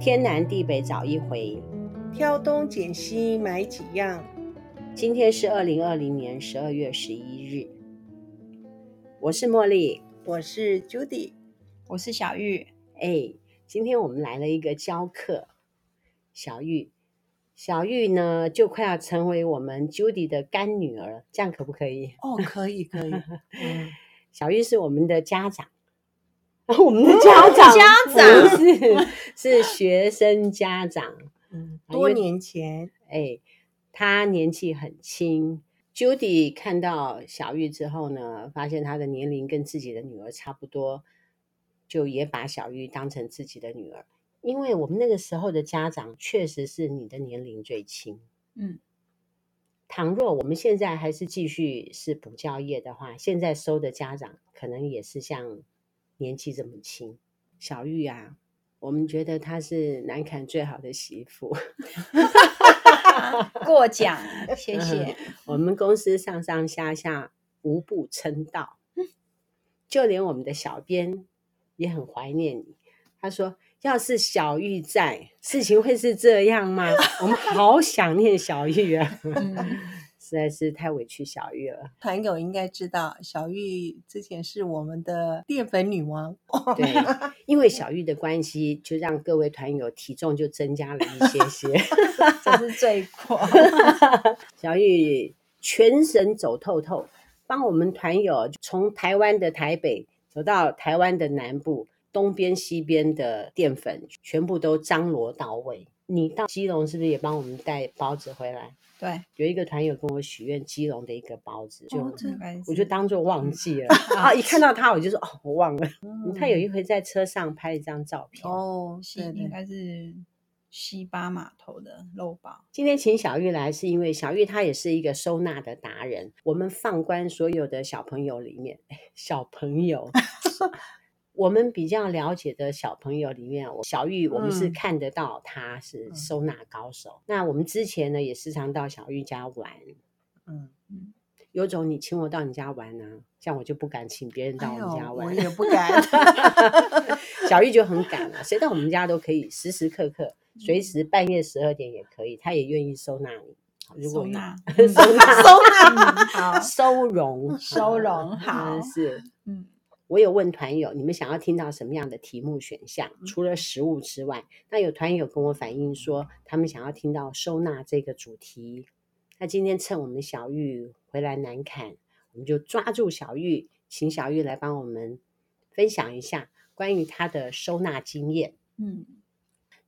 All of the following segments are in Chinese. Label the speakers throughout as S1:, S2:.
S1: 天南地北找一回。
S2: 挑东拣西买几样，
S1: 今天是二零二零年十二月十一日，我是茉莉。
S2: 我是 Judy。
S3: 我是小玉，
S1: 哎，今天我们来了一个教课，小玉，小玉呢就快要成为我们 Judy 的干女儿，这样可不可以？
S2: 哦，可以可以， 嗯，
S1: 小玉是我们的家长， 我们的家长，
S3: 家长
S1: 不 是是学生家长，
S2: 嗯，
S1: 啊
S2: 多
S1: 因为
S2: 年前，
S1: 哎，他年纪很轻。Judy 看到小玉之后呢，发现她的年龄跟自己的女儿差不多，就也把小玉当成自己的女儿。因为我们那个时候的家长确实是你的年龄最轻。
S3: 嗯，
S1: 倘若我们现在还是继续是补教业的话，现在收的家长可能也是像年纪这么轻。小玉啊，我们觉得她是南坎最好的媳妇。
S3: 过奖，谢
S1: 嗯
S3: 谢。
S1: 我们公司上上下下无不称道，
S3: 嗯
S1: 就连我们的小编也很怀念你。他说：“要是小玉在，事情会是这样吗？”我们好想念小玉啊，
S3: 嗯，
S1: 实在是太委屈小玉了。
S2: 朋友应该知道，小玉之前是我们的淀粉女 王，
S3: 哦
S1: 对，因为小玉的关系，就让各位团友体重就增加了一些 些。
S3: 这是罪 过。
S1: 小玉全省走透透，帮我们团友从台湾的台北走到台湾的南部，东边西边的淀粉全部都张罗到位。你到基隆是不是也帮我们带包子回来？
S3: 对，
S1: 有一个团友跟我许愿基隆的一个包子，就、
S2: 哦真
S3: 没关系
S1: 我就当做忘记 了啊！一看到他我就说哦，我忘了。他有一回在车上拍了一张照片。
S2: 哦，
S3: 西
S2: 对
S3: 应
S2: 对，
S3: 该是西巴码头的肉包。
S1: 今天请小玉来，是因为小玉她也是一个收纳的达人。我们放观所有的小朋友里面，哎小朋 友，我们比较了解的小朋友里面，我小玉我们是
S2: 嗯
S1: 看得到她是
S2: 嗯
S1: 收纳高手。那我们之前呢，也时常到小玉家玩。
S2: 嗯，
S1: 有种你请我到你家玩啊，像我就不敢请别人到
S2: 哎
S1: 我们家
S2: 呦，我
S1: 玩。
S2: 也不敢，
S1: 小玉就很敢啊，谁到我们家都可以，时时刻 刻，随
S2: 嗯
S1: 时半夜十二点也可以，她也愿意收纳你。好如果
S3: 收
S1: 你
S3: 纳
S1: 收纳
S2: 收纳，
S3: 好，
S1: 收容，
S3: 收容好
S1: 嗯是。
S3: 嗯，
S1: 我有问团友，你们想要听到什么样的题目选项？
S3: 嗯
S1: 除了食物之外，那有团友跟我反映说，他们想要听到收纳这个主题。那今天趁我们小玉回来南坎，我们就抓住小玉，请小玉来帮我们分享一下关于她的收纳经验。
S3: 嗯，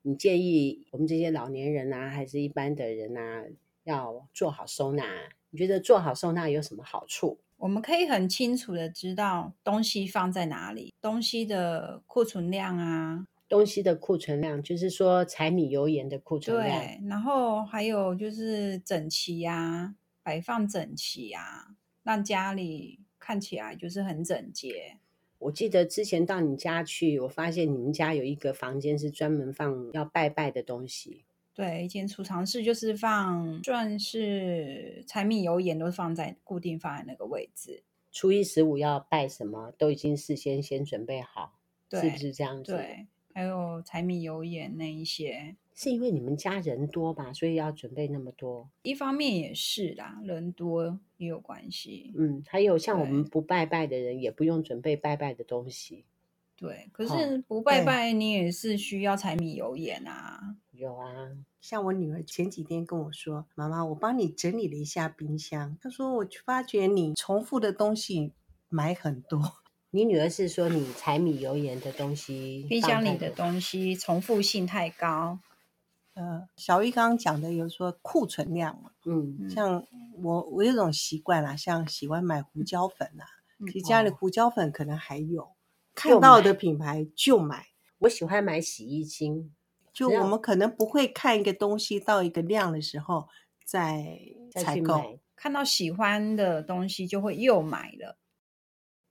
S1: 你建议我们这些老年人啊，还是一般的人啊，要做好收纳？你觉得做好收纳有什么好处？
S3: 我们可以很清楚的知道东西放在哪里，东西的库存量啊，
S1: 东西的库存量，就是说柴米油盐的库存量。
S3: 对，然后还有就是整齐啊，摆放整齐啊，让家里看起来就是很整洁。
S1: 我记得之前到你家去，我发现你们家有一个房间是专门放要拜拜的东西。
S3: 对，以前储藏室就是放，算是柴米油盐都放在固定放在那个位置。
S1: 初一十五要拜什么，都已经事先先准备好，
S3: 对，
S1: 是不是这样子？，
S3: 对，还有柴米油盐那一些，
S1: 是因为你们家人多吧，所以要准备那么多。
S3: 一方面也是啦，人多也有关系。
S1: 嗯，还有像我们
S3: 对
S1: 不拜拜的人，也不用准备拜拜的东西。
S3: 对，可
S1: 哦
S3: 是不拜
S2: 对
S3: 拜你也是需要柴米油盐啊。
S1: 有啊，
S2: 像我女儿前几天跟我说：“妈妈，我帮你整理了一下冰箱。”她说：“我发觉你重复的东西买很多。
S1: 你女儿是说你柴米油盐的东西，
S3: 冰箱里的东西重复性太高，”
S2: 呃，小玉刚刚讲的有说库存量嘛，
S1: 西，嗯，
S3: 嗯
S2: 像我我有种习惯啦，像喜欢买胡椒粉啊，
S3: 嗯
S2: 其实家里
S1: 哦
S2: 胡椒粉可能还有，
S1: 就
S2: 看到的
S1: 买
S2: 品牌就买。
S1: 我喜欢买洗衣精，
S2: 就
S1: 只要
S2: 我们可能不会看一个东西到一个量的时候再
S1: 再
S2: 采
S1: 去
S2: 购。
S1: 买。
S3: 看到喜欢的东西就会又买了。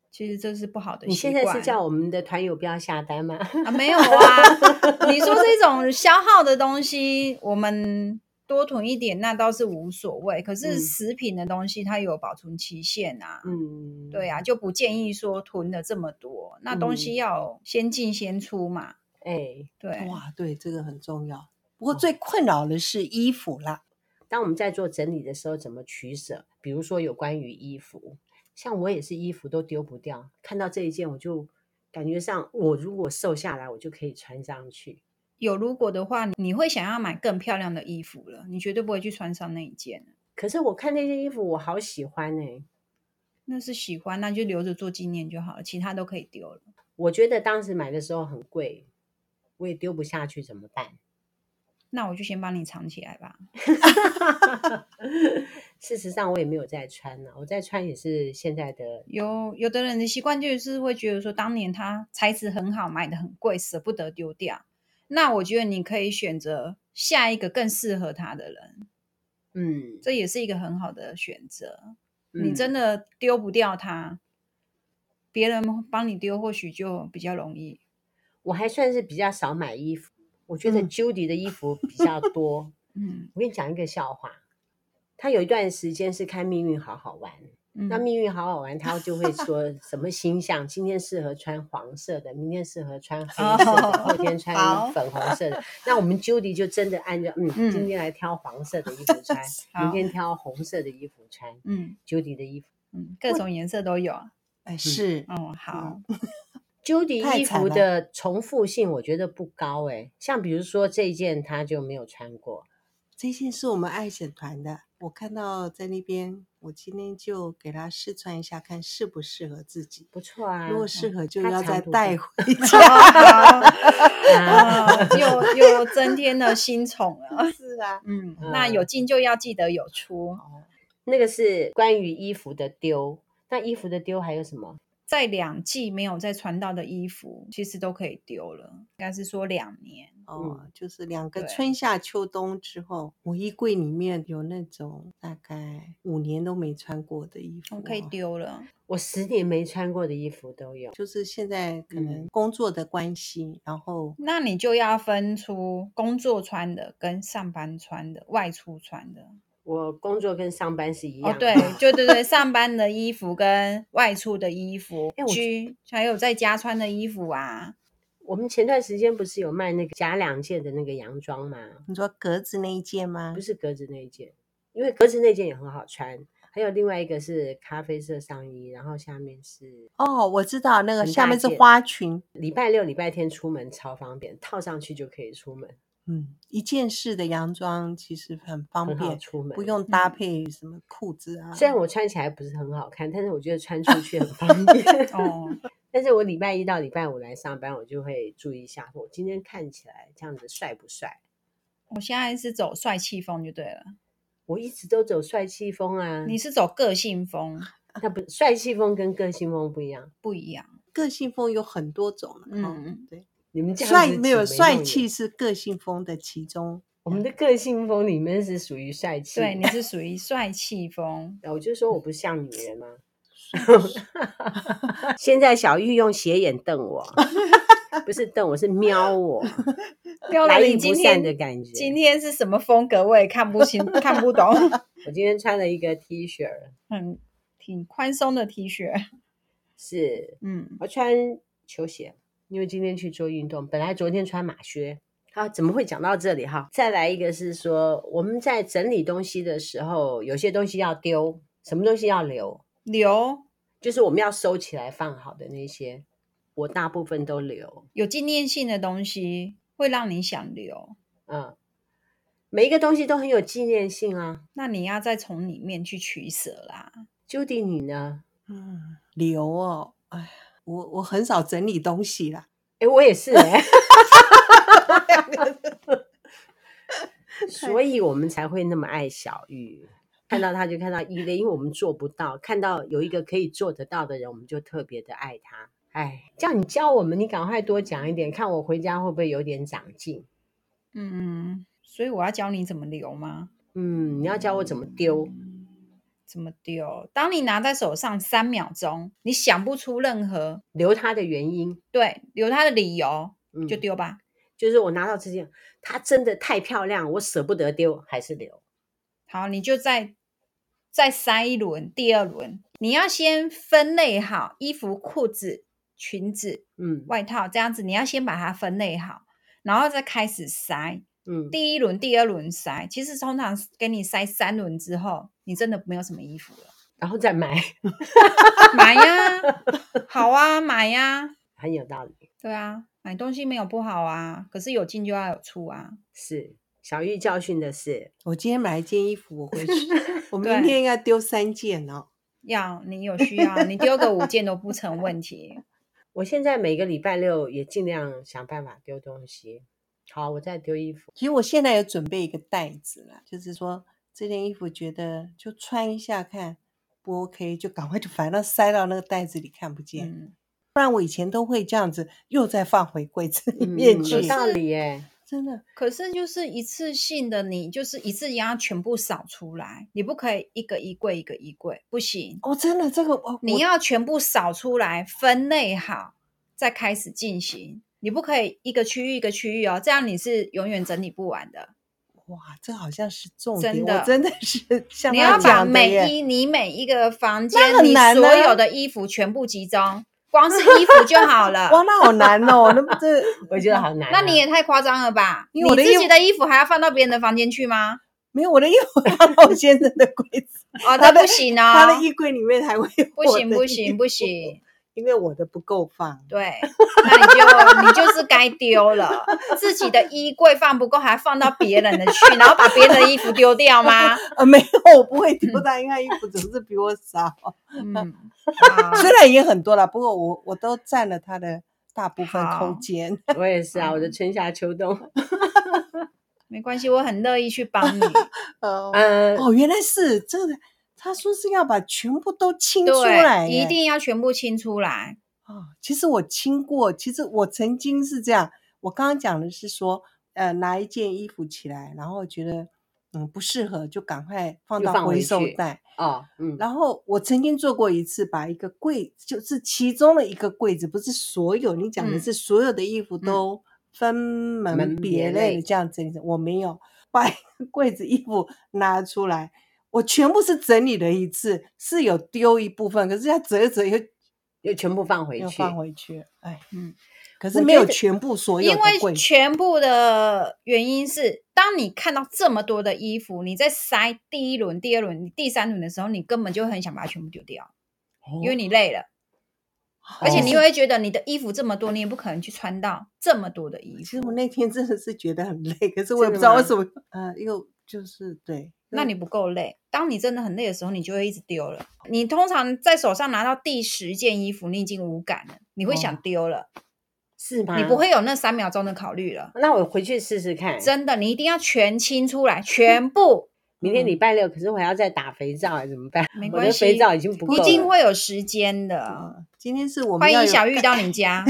S3: 其实这是不好的习惯。
S1: 你现在是叫我们的团友不要下单吗？
S3: 啊？没有啊，你说这种消耗的东西，我们多囤一点那倒是无所谓。可
S1: 嗯
S3: 是食品的东西它有保存期限啊，
S1: 嗯，嗯
S3: 对啊，就不建议说囤的这么多。那东西要先进先出嘛，
S1: 哎，
S3: 对，
S2: 哇，对，这个很重要。
S1: 哦
S2: 不过最困扰的是衣服啦，
S1: 当我们在做整理的时候，怎么取舍？比如说有关于衣服，像我也是衣服都丢不掉，看到这一件我就感觉上，我如果瘦下来，我就可以穿上去。
S3: 有如果的话，你会想要买更漂亮的衣服了，你绝对不会去穿上那一件了
S1: 可是我看那件衣服，我好喜欢哎、
S3: 那是喜欢，那就留着做纪念就好了，其他都可以丢了。
S1: 我觉得当时买的时候很贵，我也丢不下去，怎么办？
S3: 那我就先帮你藏起来吧。
S1: 事实上，我也没有再穿了、我再穿也是现在的
S3: 有有的人的习惯就是会觉得说，当年它材质很好，买的很贵，舍不得丢掉。那我觉得你可以选择下一个更适合他的人，
S1: 嗯，
S3: 这也是一个很好的选择。你真
S1: 的
S3: 的丢不掉它，别人帮你丢，或许就比较容易。
S1: 我还算是比较少买衣服，我觉得
S2: 嗯
S1: Judy 的衣服比较多。
S3: 嗯
S1: 我跟你讲一个笑话，他有一段时间是看《命运好好玩》，
S3: 嗯，
S1: 那命运好好玩，他就会说什么星象，今天适合穿黄色的，明天适合穿黑色的，
S3: 哦
S1: 后天穿
S3: 好
S1: 粉红色的。那我们 Judy 就真的按照嗯，
S3: 嗯，
S1: 今天来挑黄色的衣服穿明
S3: 好
S1: 天挑红色的衣服穿。
S3: 嗯
S1: Judy 的衣服
S3: 嗯，各种颜色都有啊。
S1: 嗯
S2: 哎，是，
S3: 哦，好，
S1: ，Judy
S2: 太
S1: 衣
S2: 惨
S1: 服
S2: 了
S1: 的重复性我觉得不高诶、像比如说这一件他就没有穿过，
S2: 这件是我们爱审团的，我看到在那边，我今天就给他试穿一下，看适不适合自己。
S1: 不错啊。
S2: 如果 适合，就
S1: 它
S2: 要
S1: 长
S2: 再
S1: 度
S2: 带
S1: 够
S2: 回
S3: 哦好
S2: 家。
S1: 啊，
S3: 好又又增添了新宠 了。
S2: 是啊，
S3: 嗯，那有进就要记得有出，
S1: 那个是关于衣服的丢。那衣服的丢还有什么？
S3: 在两季没有再穿到的衣服，其实都可以丢了。应该是说两年，
S2: 哦，就是两个
S3: 对
S2: 春夏秋冬之后，我衣柜里面有那种大概五年都没穿过的衣
S1: 哦
S2: 服、哦
S3: 我可以。丢了。
S1: 我十年没穿过的衣服都有。
S2: 就是现在可
S1: 嗯
S2: 能工作的关系，然后
S3: 那你就要分出工作穿的跟上班穿的、外出穿的。
S1: 我工作跟上班是一样啊
S3: 哦，
S1: 的。
S3: 对，就对对，上班的衣服跟外出的衣服
S1: 哎我，
S3: 居还有在家穿的衣服啊。
S1: 我们前段时间不是有卖那个假两件的那个洋装吗？
S2: 你说格子那一件吗
S1: 不？是格子那一件，因为格子那件也很好穿。还有另外一个是咖啡色上衣，然后下面是
S2: 哦，我知道那个
S1: 很
S2: 下
S1: 大
S2: 面是
S1: 件
S2: 花裙，
S1: 礼拜六、礼拜天出门超方便，套上去就可以出门，
S2: 嗯，一件式的洋装其实很方
S1: 很好
S2: 便，
S1: 出门。
S2: 不，用搭
S3: 嗯
S2: 配什么裤子啊。
S1: 虽然我穿起来不是很好看，但是我觉得穿出去很 方便。
S3: 哦，
S1: 但是我礼拜一到礼拜五来上班，我就会注意一下，我今天看起来这样子帅不帅？
S3: 我现在是走帅气风就对了，
S1: 我一直都走帅气风啊，
S3: 你是走个性风
S1: 那不帅气风跟个性风不一样。
S3: 不一样。
S2: 个性风有很多种，嗯
S3: 嗯，
S2: 对，
S1: 你们这样
S2: 帅
S1: 子
S2: 没
S1: 挤
S2: 有
S1: 眉
S2: 帅
S1: 弄
S2: 气
S1: 眼，
S2: 是个性风的其中，
S1: 我们的个性风里面是属于帅气。
S3: 对，你，是属于帅气风。
S1: 我哦就说我不像女人吗？ 现在小玉用斜眼瞪 我，不是瞪我，是瞄我，
S3: 要
S1: 来
S3: 了
S1: 意
S3: 你
S1: 不
S3: 今
S1: 善的
S3: 天
S1: 感觉。
S3: 今天是什么风格，我也看不清看不懂。
S1: 我今天穿了一个 T 恤儿，
S3: 很挺宽松的 T 恤，
S1: 是
S3: 嗯，
S1: 我穿球鞋，因为今天去做运动，本来昨天穿马靴。好，怎么会讲到这里哈？再来一个是说，我们在整理东西的时候，有些东西要丢，什么东西要留，
S3: 留
S1: 就是我们要收起来放好的那些，我大部分都留。
S3: 有纪念性的东西会让你想留，
S1: 嗯，每一个东西都很有纪念性啊。
S3: 那你要再从里面去取舍啦。
S1: Judy，你呢？
S2: 嗯，留哦，哎，我我很少整理东西啦，
S1: 哎，我也是哎、所以我们才会那么爱小玉。看到他就看到依恋，因为我们做不到。看到有一个可以做得到的人，我们就特别的爱他。哎，叫你教我们，你赶快多讲一点，看我回家会不会有点长进。
S3: 嗯，所以我要教你怎么留吗？
S1: 嗯，你要教我怎么丢，
S3: 怎么丢？当你拿在手上三秒钟，你想不出任何
S1: 留他的原因，
S3: 对留它的理由，
S1: 嗯，
S3: 就。丢吧。
S1: 就是我拿到这件，它真的太漂亮，我舍不得丢，还是留。
S3: 好，你就再再筛一轮，第二轮你要先分类好衣服、裤子、裙子、
S1: 嗯
S3: 外套这样子，你要先把它分类好，然后再开始筛。
S1: 嗯，
S3: 第一轮、第二轮筛，其实通常给你筛三轮之后，你真的没有什么衣服了。
S1: 然后再买，
S3: 买呀，好啊，买呀，
S1: 很有道理。
S3: 对啊，买东西没有不好啊，可是有进就要有出啊。
S1: 是小玉教训的是，
S2: 我今天买一件衣服，我回去，我
S3: 对
S2: 明天应该丢三件哦。
S3: 要你有需要，你丢个五件都不成问题。
S1: 我现在每个礼拜六也尽量想办法丢东西。好，我再丢衣服。
S2: 其实我现在有准备一个袋子啦，就是说这件衣服觉得就穿一下看不 OK，就赶快就反正塞到那个袋子里看不见。
S3: 嗯，
S2: 不然我以前都会这样子，又再放回柜子里
S1: 嗯
S2: 面去。
S1: 有道理 耶。
S2: 真的，
S3: 可是就是一次性的你，就是一次要全部扫出来，你不可以一个衣柜一个衣柜，不行，
S2: 哦，真的这个我
S3: 你
S2: 我
S3: 要全部扫出来，分类好，再开始进行。你不可以一个区域一个区域哦，这样你是永远整理不完的。
S2: 哇，这好像是重
S3: 真
S2: 点，我
S3: 的
S2: 真的是 像
S3: 你
S2: 他
S3: 要把
S2: 讲的
S3: 每
S2: 耶
S3: 一你每一个房间
S2: 很
S3: 你
S2: 难
S3: 所
S2: 啊
S3: 有的衣服全部集中，光是衣服就好 了。
S2: 哇，那好难哦，那不这
S1: 我觉得好难啊、
S3: 那你也太夸张了吧？你
S2: 因为我的
S3: 自
S2: 衣
S3: 己
S2: 服
S3: 的衣服还要放到别人的房间去吗？
S2: 没有我的衣服 放到我先生的柜 子，
S3: 哦，
S2: 他
S3: 那
S2: 的
S3: 不行哦，
S2: 他的衣柜里面还会有
S3: 不
S2: 我
S3: 行
S2: 的
S3: 不
S2: 衣
S3: 行不行，
S2: 服，因为我的不够放。
S3: 对，那你就你就是该丢了。自己的衣柜放不够，还放到别人的去，然后把别人的衣服丢掉吗？
S2: 呃，没有，我不会丢的，因为他衣服总是比我 少，
S3: 嗯，好
S2: 虽然也很多了，不过我我都占了他的大部分
S3: 好
S2: 空间。
S1: 我也是啊，我的春夏秋 冬，
S3: 没关系，我很乐意去帮你。
S2: 呃，
S3: 嗯
S1: 呃，
S2: 哦，原来是这个，他说是要把全部都清出来
S3: 对，
S2: 耶，
S3: 一定要全部清出来。
S2: 啊、其实我清过，其实我曾经是这样，我刚刚讲的是说，呃，拿一件衣服起来，然后觉得嗯不适合，就赶快放
S1: 又
S2: 到
S1: 放
S2: 回
S1: 回
S2: 收
S1: 去
S2: 袋。
S1: 哦，嗯，
S2: 然后我曾经做过一次，把一个柜，就是其中的一个柜子，不是所有，你讲的
S3: 嗯
S2: 是所有的衣服都分门
S1: 嗯门
S2: 别
S1: 别
S2: 类的
S1: 类
S2: 这样整理，我没有把一个柜子衣服拿出来，我全部是整理了一次，是有丢一部分，可是要折一折又
S1: 又全部放回
S2: 又
S1: 去。
S2: 放回去，哎，
S3: 嗯，
S2: 可是
S1: 我
S2: 没
S1: 觉
S2: 有
S1: 得
S2: 全部所有
S3: 因
S2: 的
S3: 为
S2: 柜子，
S3: 全部的原因是，当你看到这么多的衣服，你在筛第一轮、第二轮、第三轮的时候，你根本就很想把它全部丢掉，因
S1: 哦
S3: 为你累了，而且你
S2: 哦
S3: 会觉得你的衣服这么多，你也不可能去穿到这么多的衣
S2: 其
S3: 服，
S2: 实我那天真的是觉得很累，可是我也
S1: 真的
S2: 不知道为
S1: 吗
S2: 什么，呃，又就是对，
S3: 那
S2: 又
S3: 你不够累。当你真的很累的时候，你就会一直丢了。你通常在手上拿到第十件衣服，你已经无感了，你会
S2: 哦
S3: 想丢了，
S1: 是吗？
S3: 你
S2: 嗯
S3: 不会有那三秒钟的考虑了。
S1: 那我回去试试看。
S3: 真的，你一定要全清出来，全部。
S1: 明天
S2: 嗯
S1: 礼拜六，可是我还要再打肥皂，哎怎么办？
S3: 没
S1: 我
S3: 关
S1: 的
S3: 系
S1: 肥皂已经不够
S3: 一
S1: 了。
S3: 定会有时间的。
S2: 呃，今天是我们
S3: 欢
S2: 要
S3: 迎
S2: 有
S3: 小玉到你 家，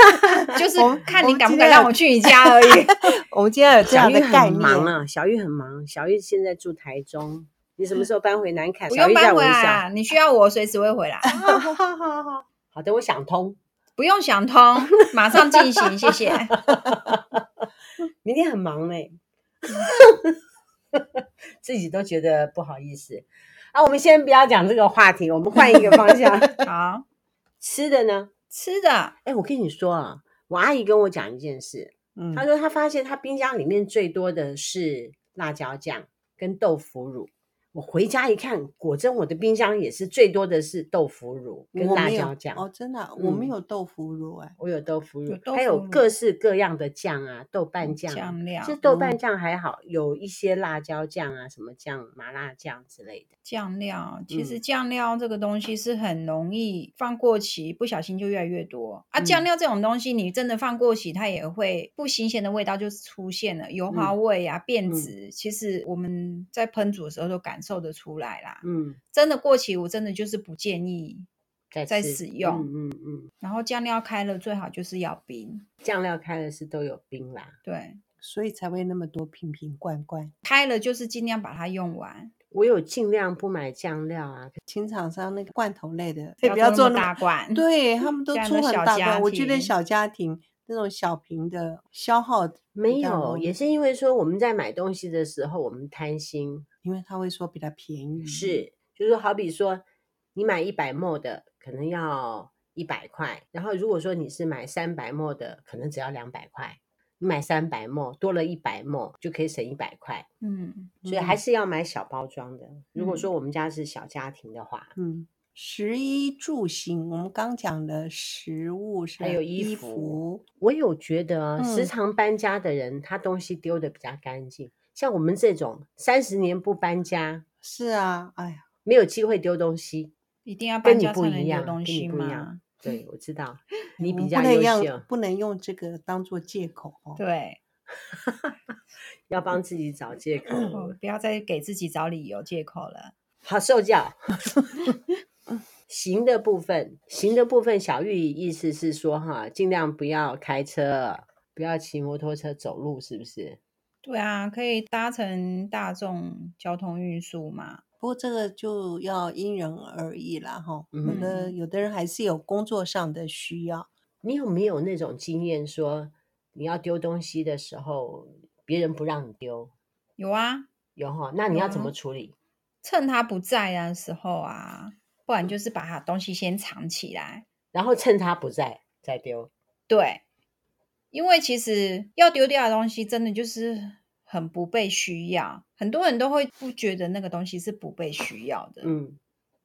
S3: 就是
S2: 我们
S3: 看
S2: 我
S3: 你
S2: 们
S3: 敢不
S2: 今
S3: 敢
S2: 天
S3: 让
S2: 要
S3: 我去你家 而已。
S2: 我们今天有这
S1: 小
S2: 样
S1: 玉
S2: 的概
S1: 很
S2: 念
S1: 忙啊，小玉很忙。小玉现在住台中，你什么时候搬回南坎？
S3: 不
S1: 小
S3: 用
S1: 玉在
S3: 搬
S1: 我
S3: 回来
S1: 想，
S3: 啊，你需要我随时会回 来，
S1: 好的，我想通，
S3: 不用想通，马上进行，谢谢。
S1: 明天很忙嘞、 自己都觉得不好意思。啊，我们先不要讲这个话题，我们换一个方 向。
S3: 好
S1: 吃的呢？
S3: 吃的，
S1: 哎，我跟你说啊，我阿姨跟我讲一件事，
S2: 嗯
S1: 她说她发现她冰箱里面最多的是辣椒酱跟豆腐乳。我回家一看，果真我的冰箱也是最多的是豆腐乳跟
S2: 我
S1: 辣
S2: 没有
S1: 椒酱。
S2: 哦，真的啊、我
S1: 嗯
S2: 没有豆腐乳哎、
S1: 我有豆腐乳，
S3: 有豆
S1: 还有
S3: 腐乳哦
S1: 各式各样的酱啊，豆瓣酱、啊。
S3: 酱料
S1: 其，实豆瓣
S2: 嗯
S1: 酱还好，有一些辣椒酱啊，什么酱、麻辣酱之类的。
S3: 酱料，其实
S1: 嗯
S3: 酱料这个东西是很容易放过期，不小心就越来越多啊。
S1: 嗯
S3: 酱料这种东西，你真的放过期，它也会不新鲜的味道就出现了，油花味啊、变
S1: 嗯
S3: 质。其实我们在烹煮的时候都感受得出来啦。
S1: 嗯，
S3: 真的过期，我真的就是不建议。
S1: 再
S3: 再
S1: 吃
S3: 使用
S1: 嗯嗯嗯，
S3: 然后酱料开了，最好就是要冰。
S1: 酱料开的是都有冰啦。
S3: 对，
S2: 所以才会那么多瓶瓶罐罐。
S3: 开了就是尽量把它用完，
S1: 我有尽量不买酱料啊，
S2: 请厂商那个罐头类的，也不
S3: 要
S2: 要做
S3: 那么大
S2: 那
S3: 罐。
S2: 么，对他们都
S3: 现在
S2: 出
S3: 都
S2: 很
S3: 小
S2: 大
S3: 家
S2: 罐，我觉得
S3: 庭
S2: 小家庭那种小瓶的消耗
S1: 没
S2: 比较
S1: 有，
S2: 容易
S1: 也是因为说我们在买东西的时候，我们贪心，
S2: 因为他会说比
S3: 嗯
S2: 较便宜，
S1: 是，就是说好比说你买一百沫的，可能要一百块，然后如果说你是买三百墨的，可能只要两百块。你买三百墨，多了一百墨就可以省一百块，
S3: 嗯，
S1: 所以还是要买小包装的。如果说我们家是小家庭的话，
S2: 嗯，食衣住行，我们刚讲的食物是
S1: 还有衣
S2: 衣
S1: 服我有觉得啊时
S2: 嗯
S1: 常搬家的人，他东西丢的比较干净。像我们这种三十年不搬家，
S2: 是啊，哎呀，
S1: 没有机会丢东西，
S3: 一定要
S1: 跟
S3: 搬
S1: 你
S3: 家
S1: 不
S3: 才能
S1: 一样，
S3: 有
S1: 跟
S3: 东西
S1: 你不一
S3: 嘛
S1: 样。。对，我知道你
S2: 我
S1: 比
S2: 们
S1: 较
S2: 嗯不能
S1: 优秀
S2: 让，不能用这个当做借口哦。
S3: 对，
S1: 要帮自己找借口。
S2: 嗯
S3: 哦不要再给自己找理由借口了。
S1: 好受 教。行的部分，行的部分，小玉意思是说哈，尽量不要开车，不要骑摩托车，走路是不是？
S3: 对啊，可以搭乘大众交通运输嘛？
S2: 不过这个就要因人而异啦，哈。有
S1: 嗯
S2: 的有的人还是有工作上的需要，
S1: 你有没有那种经验说，你要丢东西的时候，别人不让你丢，
S3: 有啊，
S1: 有哈？那你要怎么
S3: 有
S1: 处理？
S3: 趁他不在的时候啊，不然就是把他东西先藏起来。
S1: 然后趁他不在再丢。
S3: 对，因为其实要丢掉的东西，真的就是很不被需要。很多人都会不觉得那个东西是不被需要的，
S1: 嗯，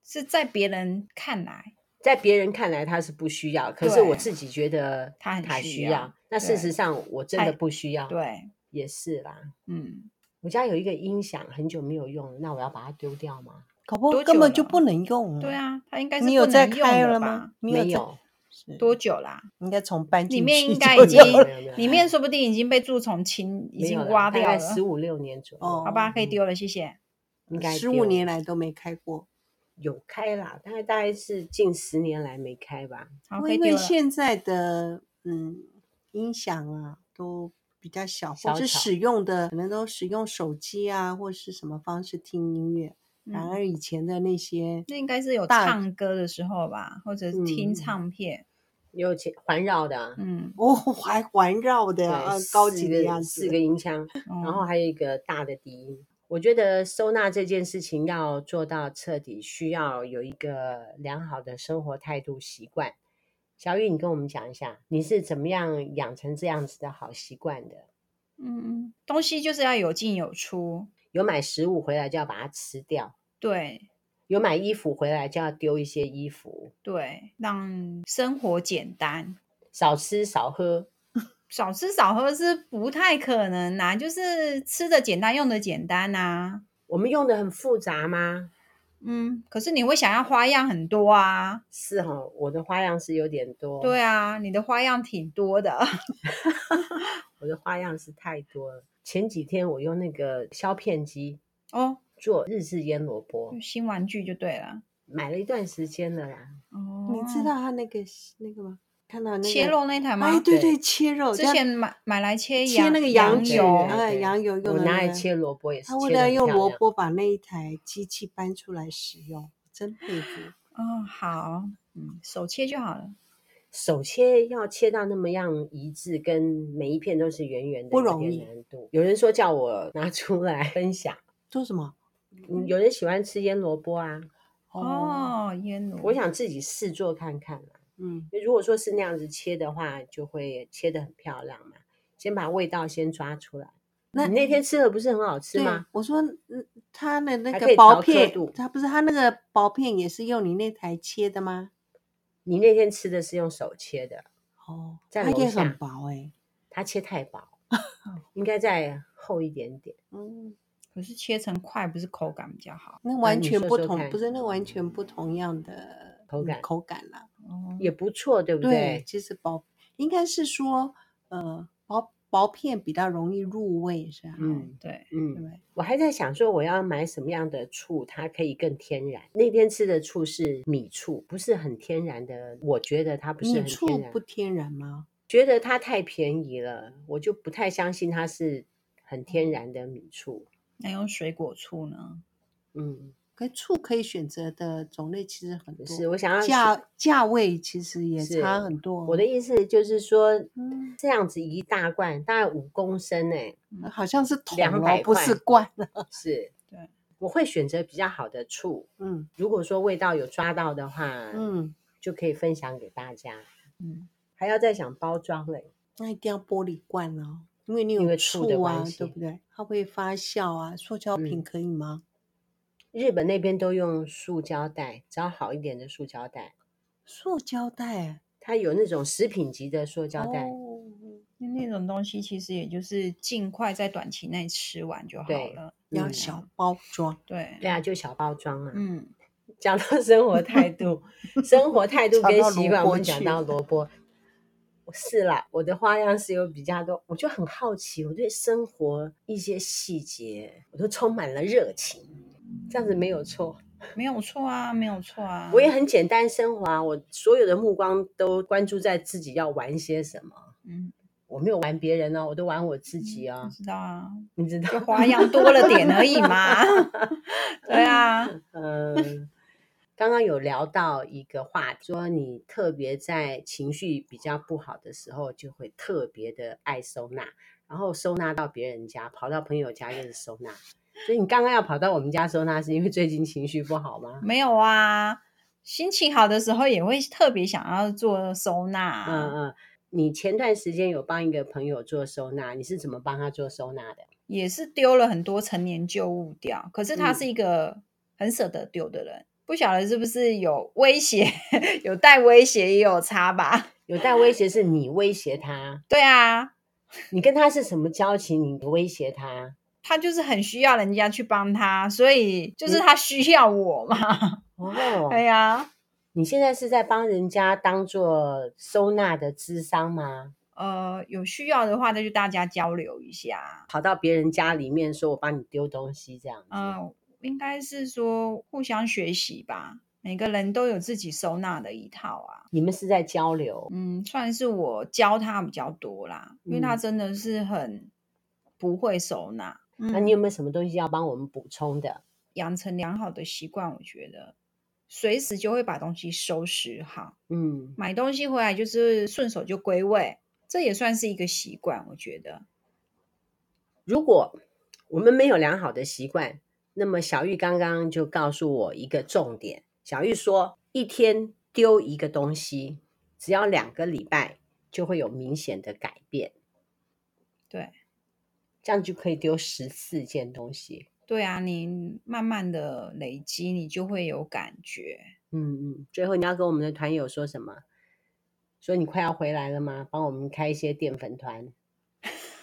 S3: 是在别人看来，
S1: 在别人看来他是不需要，可是我
S3: 对
S1: 自己觉得
S3: 他很
S1: 他
S3: 需
S1: 需
S3: 要
S1: 要。那事
S3: 对
S1: 实上我真的
S3: 太
S1: 不需要，，
S3: 对，
S1: 也是啦。
S3: 嗯，
S1: 我家有一个音响，很久没有用了，那我要把它丢掉吗？
S2: 搞不好
S3: 多
S2: 根
S3: 久
S2: 本就
S3: 了
S2: 不能用。
S3: 对，啊，他应该是
S2: 嗯你有
S3: 不
S2: 在
S3: 能用
S2: 开
S3: 了
S2: 了
S3: 吧
S2: 吗？？你
S1: 没
S2: 在
S1: 有，
S2: 是
S3: 多久啦、
S2: 应该从搬进
S3: 里面
S2: 去
S3: 应该
S2: 就有
S3: 已经
S1: 没有
S2: 了
S1: 没有
S3: 里面说不定已经被蛀虫侵，已经挖掉了。
S1: 十五六年左右，
S2: 哦
S3: 好吧，可以丢了，谢谢。
S1: 应该
S2: 十
S1: 丢
S2: 五年来都没开过。
S1: 有开啦，大概大概是近十年来没开吧。
S3: 好，
S2: 哦
S3: 可以
S2: 因
S3: 丢
S2: 为
S3: 了。
S2: 现在的嗯音响啊都比较小，
S1: 小
S2: 或是
S1: 巧
S2: 使用的可能都使用手机啊或是什么方式听音乐。然
S3: 嗯
S2: 而以前的那些
S3: 那应该是有
S2: 大
S3: 唱歌的时候吧，或者是
S1: 嗯
S3: 听唱片。
S1: 有前环绕的啊，
S3: 嗯，
S2: 哦还环绕的啊
S1: 对，
S2: 高
S1: 四
S2: 级的
S1: 个
S2: 嗯样
S1: 四
S2: 子
S1: 个，音箱，然
S3: 然
S1: 后还有一个大的低音。我觉得收纳这件事情要做到彻底，需要有一个良好的生活态度习惯。小雨，你跟我们讲一下，你是怎么样养成这样子的好习惯的？
S3: 嗯，东西就是要有进有出。
S1: 有买食物回来就要把它吃掉，
S3: 对
S1: 有买衣服回来就要丢一些衣服，
S3: 对，让生活简单，
S1: 少吃少喝。
S3: 少吃少喝是不太可能啦、就是吃的简单，用的简单啊。
S1: 我们用的很复杂吗？
S3: 嗯，可是你会想要花样很多啊。
S1: 是哈、我的花样是有点多，
S3: 对，啊，你的花样挺多的。
S1: 我的花样是太多了。前几天我用那个削片机
S3: 哦，
S1: 做日式腌萝卜，
S2: 嗯
S3: 新玩具就对了。
S1: 买了一段时间了啦。
S3: 哦，
S2: 你知道他那个那个吗？看到那个
S3: 切肉那台吗？
S2: 哎，对
S1: 对
S2: 对，切肉，
S3: 之
S2: 这样
S3: 前买买来切
S2: 切
S3: 羊
S2: 那个
S3: 羊
S2: 脂
S3: 油
S2: 哎，
S1: 对
S2: 羊油用啊
S1: 我
S2: 的
S1: 拿
S2: 那
S1: 来
S2: 个
S1: 切萝卜也是，
S2: 他为了用萝，卜把那一台机器搬出来使用，真佩服。
S3: 哦，好，嗯，手切就好了。
S1: 手切要切到那么样一致，跟每一片都是圆圆的，
S2: 不
S1: 有
S2: 容
S1: 点
S2: 易
S1: 难度。有人说叫我拿出来分享。
S2: 做什么？
S1: 嗯，有人喜欢吃腌萝卜啊，
S3: 哦，腌奴，
S1: 我想自己试做看看啦。
S2: 嗯，
S1: 因为如果说是那样子切的话，就会切得很漂亮嘛。先把味道先抓出来。
S2: 那
S1: 你那天吃的不是很好吃
S2: 对
S1: 吗？？
S2: 我说，嗯，他的那
S1: 还可
S2: 个
S1: 以调刻
S2: 薄片
S1: 度，
S2: 他不是他那个薄片也是用你那台切的吗？
S1: 你那天吃的是用手切的，
S2: 哦，
S1: 在
S2: 它
S1: 楼
S2: 也
S1: 下
S2: 很薄哎。
S1: 它切太 薄，应该再厚一点点。
S2: 嗯，
S3: 可是切成块不是口感比较好
S2: 那完
S1: 你
S2: 全
S1: 说
S2: 不
S1: 说
S2: 同，
S1: 看嗯
S2: 不是那完全不同样的
S1: 口
S2: 嗯
S1: 感
S2: 口感啦。
S3: 哦。
S1: 也不错，对不
S2: 对
S1: 对？，
S2: 其实薄应该是说，呃，薄薄片比较容易入味，是吧？哦
S1: 嗯
S3: 对，
S2: 对
S1: 嗯，
S2: 不对，
S1: 我还在想说我要买什么样的醋，它可以更天然。那天吃的醋是米醋，不是很天然的，我觉得它不是
S2: 米
S1: 很天
S2: 醋
S1: 然
S2: 不。天然吗？
S1: 觉得它太便宜了，我就不太相信它是很天然的米醋。
S3: 那用水果醋呢？
S1: 嗯，
S2: 可醋可以选择的种类其实很多，
S1: 是我想要选
S2: 价价位其实也
S1: 是
S2: 差很多。
S1: 我的意思就是说，
S2: 嗯
S1: 这样子一大罐大概五公升哎、
S2: 好像是桶
S1: 200
S2: 哦，不是
S1: 块
S2: 罐了。
S1: 是，
S3: 对，
S1: 我会选择比较好的醋。
S2: 嗯
S1: 如果说味道有抓到的话，，
S2: 嗯，
S1: 就可以分享给大家。
S3: 嗯，
S1: 还要再想包装嘞，
S2: 那一定要玻璃罐哦，因为你
S1: 因
S2: 有
S1: 为醋
S2: 醋
S1: 的
S2: 啊
S1: 关，系嗯
S2: 对不对？它会发酵啊，塑胶瓶可以吗？
S1: 日本那边都用塑胶袋，只要好一点的塑胶袋，
S2: 塑胶袋，
S1: 它有那种食品级的塑胶袋，
S2: 哦
S3: 那那种东西其实也就是尽快在短期内吃完就好
S1: 对
S3: 了。
S2: 要
S1: 嗯
S2: 小包装，
S3: 对，
S1: 对啊，就小包装嘛。
S3: 嗯，
S1: 讲到生活态 度，生活态度
S2: 讲
S1: 跟
S2: 到
S1: 习
S2: 萝
S1: 惯，我
S2: 卜
S1: 们讲
S2: 去
S1: 到萝卜，是啦，我的花样是有比较多，我就很好奇，我对生活一些细节，我都充满了热情，这样子没有错。
S3: 没有错啊，没有错啊。
S1: 我也很简单生活啊，我所有的目光都关注在自己要玩些什么，
S3: 嗯，
S1: 我没有玩别人哦，我都玩我自己
S3: 我
S1: 哦，
S3: 知道啊，
S1: 你知道
S3: 就花样多了点而已 嘛。 对啊，
S1: 嗯，刚刚有聊到一个话题，说你特别在情绪比较不好的时候，就会特别的爱收纳，然后收纳到别人家，跑到朋友家又是收纳。所以你刚刚要跑到我们家收纳，是因为最近情绪不好吗？
S3: 没有啊，心情好的时候也会特别想要做收纳啊。
S1: 嗯嗯，你前段时间有帮一个朋友做收纳，你是怎么帮他做收纳的？
S3: 也是丢了很多陈年旧物掉，可是他
S1: 嗯
S3: 是一个很舍得丢的人，不晓得是不是有威胁， 有带威胁也有差吧？
S1: 有带威胁是你威胁他，
S3: 对啊，
S1: 你跟他是什么交情？你威胁他，
S3: 他就是很需要人家去帮他，所以就是他需要我嘛。
S1: 嗯哦，
S3: 哎呀，
S1: 你现在是在帮人家当做收纳的智商吗？
S3: 呃，有需要的话，那就大家交流一下。
S1: 跑到别人家里面说我帮你丢东西这样子，
S3: 嗯、应该是说互相学习吧，每个人都有自己收纳的一套啊。
S1: 你们是在交流，
S3: 嗯，算是我教他比较多啦，因为他
S1: 嗯
S3: 真的是很不会收纳。
S1: 那、
S2: 嗯
S1: 你有没有什么东西要帮我们补充的？
S3: 养成良好的习惯，我觉得随时就会把东西收拾好，
S1: 嗯，
S3: 买东西回来就是顺手就归位，这也算是一个习惯，我觉得。
S1: 如果我们没有良好的习惯，那么小玉刚刚就告诉我一个重点。小玉说，一天丢一个东西，只要两个礼拜就会有明显的改变，
S3: 对
S1: 这样就可以丢十四件东西。
S3: 对啊，你慢慢的累积，你就会有感觉。
S1: 嗯嗯，最后你要跟我们的团友说什么？说你快要回来了吗？帮我们开一些淀粉团。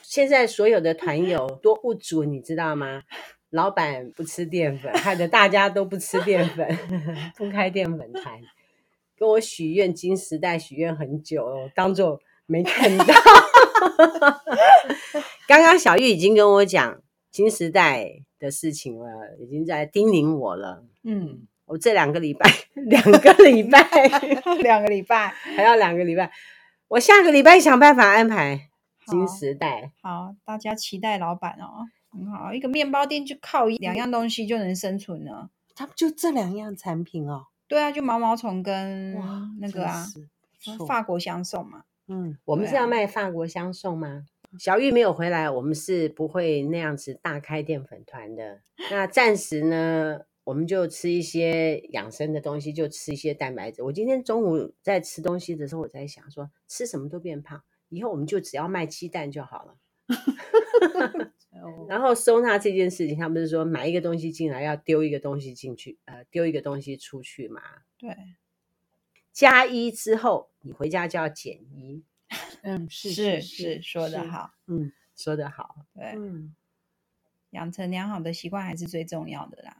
S1: 现在所有的团友多不足，你知道吗？老板不吃淀粉，害得大家都不吃淀粉， 不开淀粉团。跟我许愿，金时代许愿很久了，我当做没看到。 刚刚小玉已经跟我讲金时代的事情了，已经在叮咛我了。
S3: 嗯，
S1: 我这两个礼拜， 两个礼拜
S3: 两个礼拜，
S1: 还要两个礼拜，我下个礼拜想办法安排金
S3: 好
S1: 时代。
S3: 好，大家期待老板哦，很好，一个面包店就靠一两样东西就能生存了。
S2: 它就这两样产品哦。
S3: 对啊，就毛毛虫
S1: 嗯
S3: 跟
S2: 哇，
S3: 那
S2: 真
S3: 个啊，
S2: 是不错
S3: 法国香送嘛。
S2: 嗯，
S1: 我们
S3: 对
S1: 是要
S3: 啊
S1: 卖法国香送吗？小玉没有回来，我们是不会那样子大开淀粉团的。那暂时呢，我们就吃一些养生的东西，就吃一些蛋白质。我今天中午在吃东西的时候，我在想说，吃什么都变胖，以后我们就只要卖鸡蛋就好了。
S2: 哎
S1: 然后收纳这件事情，他们是说买一个东西进来要丢一个东西进去，呃，丢一个东西出去嘛。
S3: 对，
S1: 加一之后，你回家就要减一，
S2: 嗯，是
S3: 是
S2: 是
S3: 说的
S2: 是，
S3: 好。
S1: 嗯，说得好。
S3: 对，
S2: 嗯，
S3: 养成良好的习惯还是最重要的啦。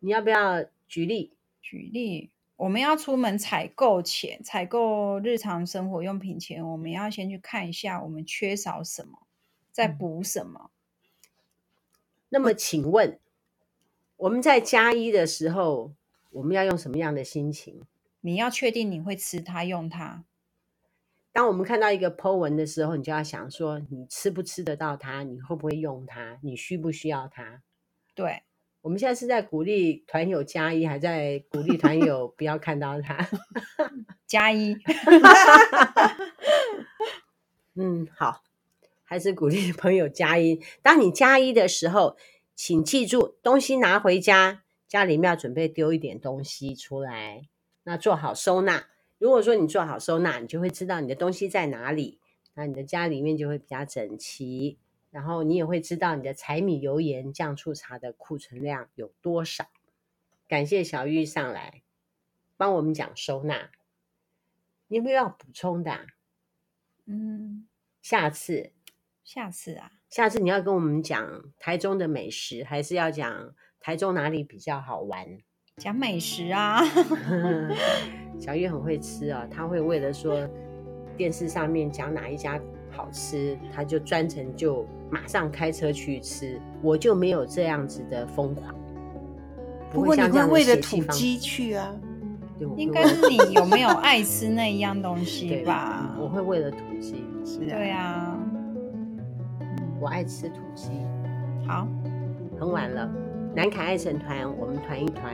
S1: 你要不要举例？
S3: 举例，我们要出门采购前，采购日常生活用品前，我们要先去看一下我们缺少什么，再
S2: 嗯
S3: 补什么。
S1: 那么请问，我们在加一的时候，我们要用什么样的心情？
S3: 你要确定你会吃它、用它。
S1: 当我们看到一个 Po 文的时候，你就要想说，你吃不吃得到它？你会不会用它？你需不需要它？
S3: 对，
S1: 我们现在是在鼓励团友加一，还在鼓励团友不要看到它。
S3: 加一。
S1: 嗯，好，还是鼓励朋友加一。当你加一的时候，请记住，东西拿回家，家里面要准备丢一点东西出来，那做好收纳。如果说你做好收纳，你就会知道你的东西在哪里，那你的家里面就会比较整齐，然后你也会知道你的柴米油盐酱醋茶的库存量有多少。感谢小玉上来帮我们讲收纳，你有没有要补充的、啊？
S3: 嗯，
S1: 下次，
S3: 下次啊，
S1: 下次你要跟我们讲台中的美食，还是要讲台中哪里比较好玩？
S3: 讲美食啊，
S1: 小玉很会吃啊，她会为了说电视上面讲哪一家好吃，她就专程就马上开车去吃。我就没有这样子的疯狂，
S2: 不
S1: 会
S2: 过你
S1: 像这
S2: 会
S1: 样的
S2: 为了
S1: 血气
S2: 土
S1: 方
S2: 鸡去啊？
S1: 对我
S3: 应
S1: 会
S3: 该
S1: 为
S3: 是你有没有爱吃那一样东西
S1: 对嗯
S3: 吧？
S1: 我会为了土鸡，
S2: 是啊，
S3: 对啊，
S1: 我爱吃土鸡。
S3: 好，
S1: 很晚了，南凯爱成团，我们团一团，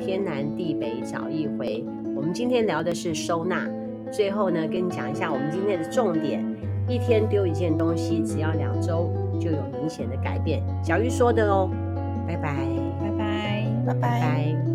S1: 天南地北找一回。我们今天聊的是收纳，最后呢，跟你讲一下我们今天的重点：一天丢一件东西，只要两周就有明显的改变。小玉说的哦，拜拜，
S3: 拜拜。
S1: 拜
S2: 拜拜。
S1: 拜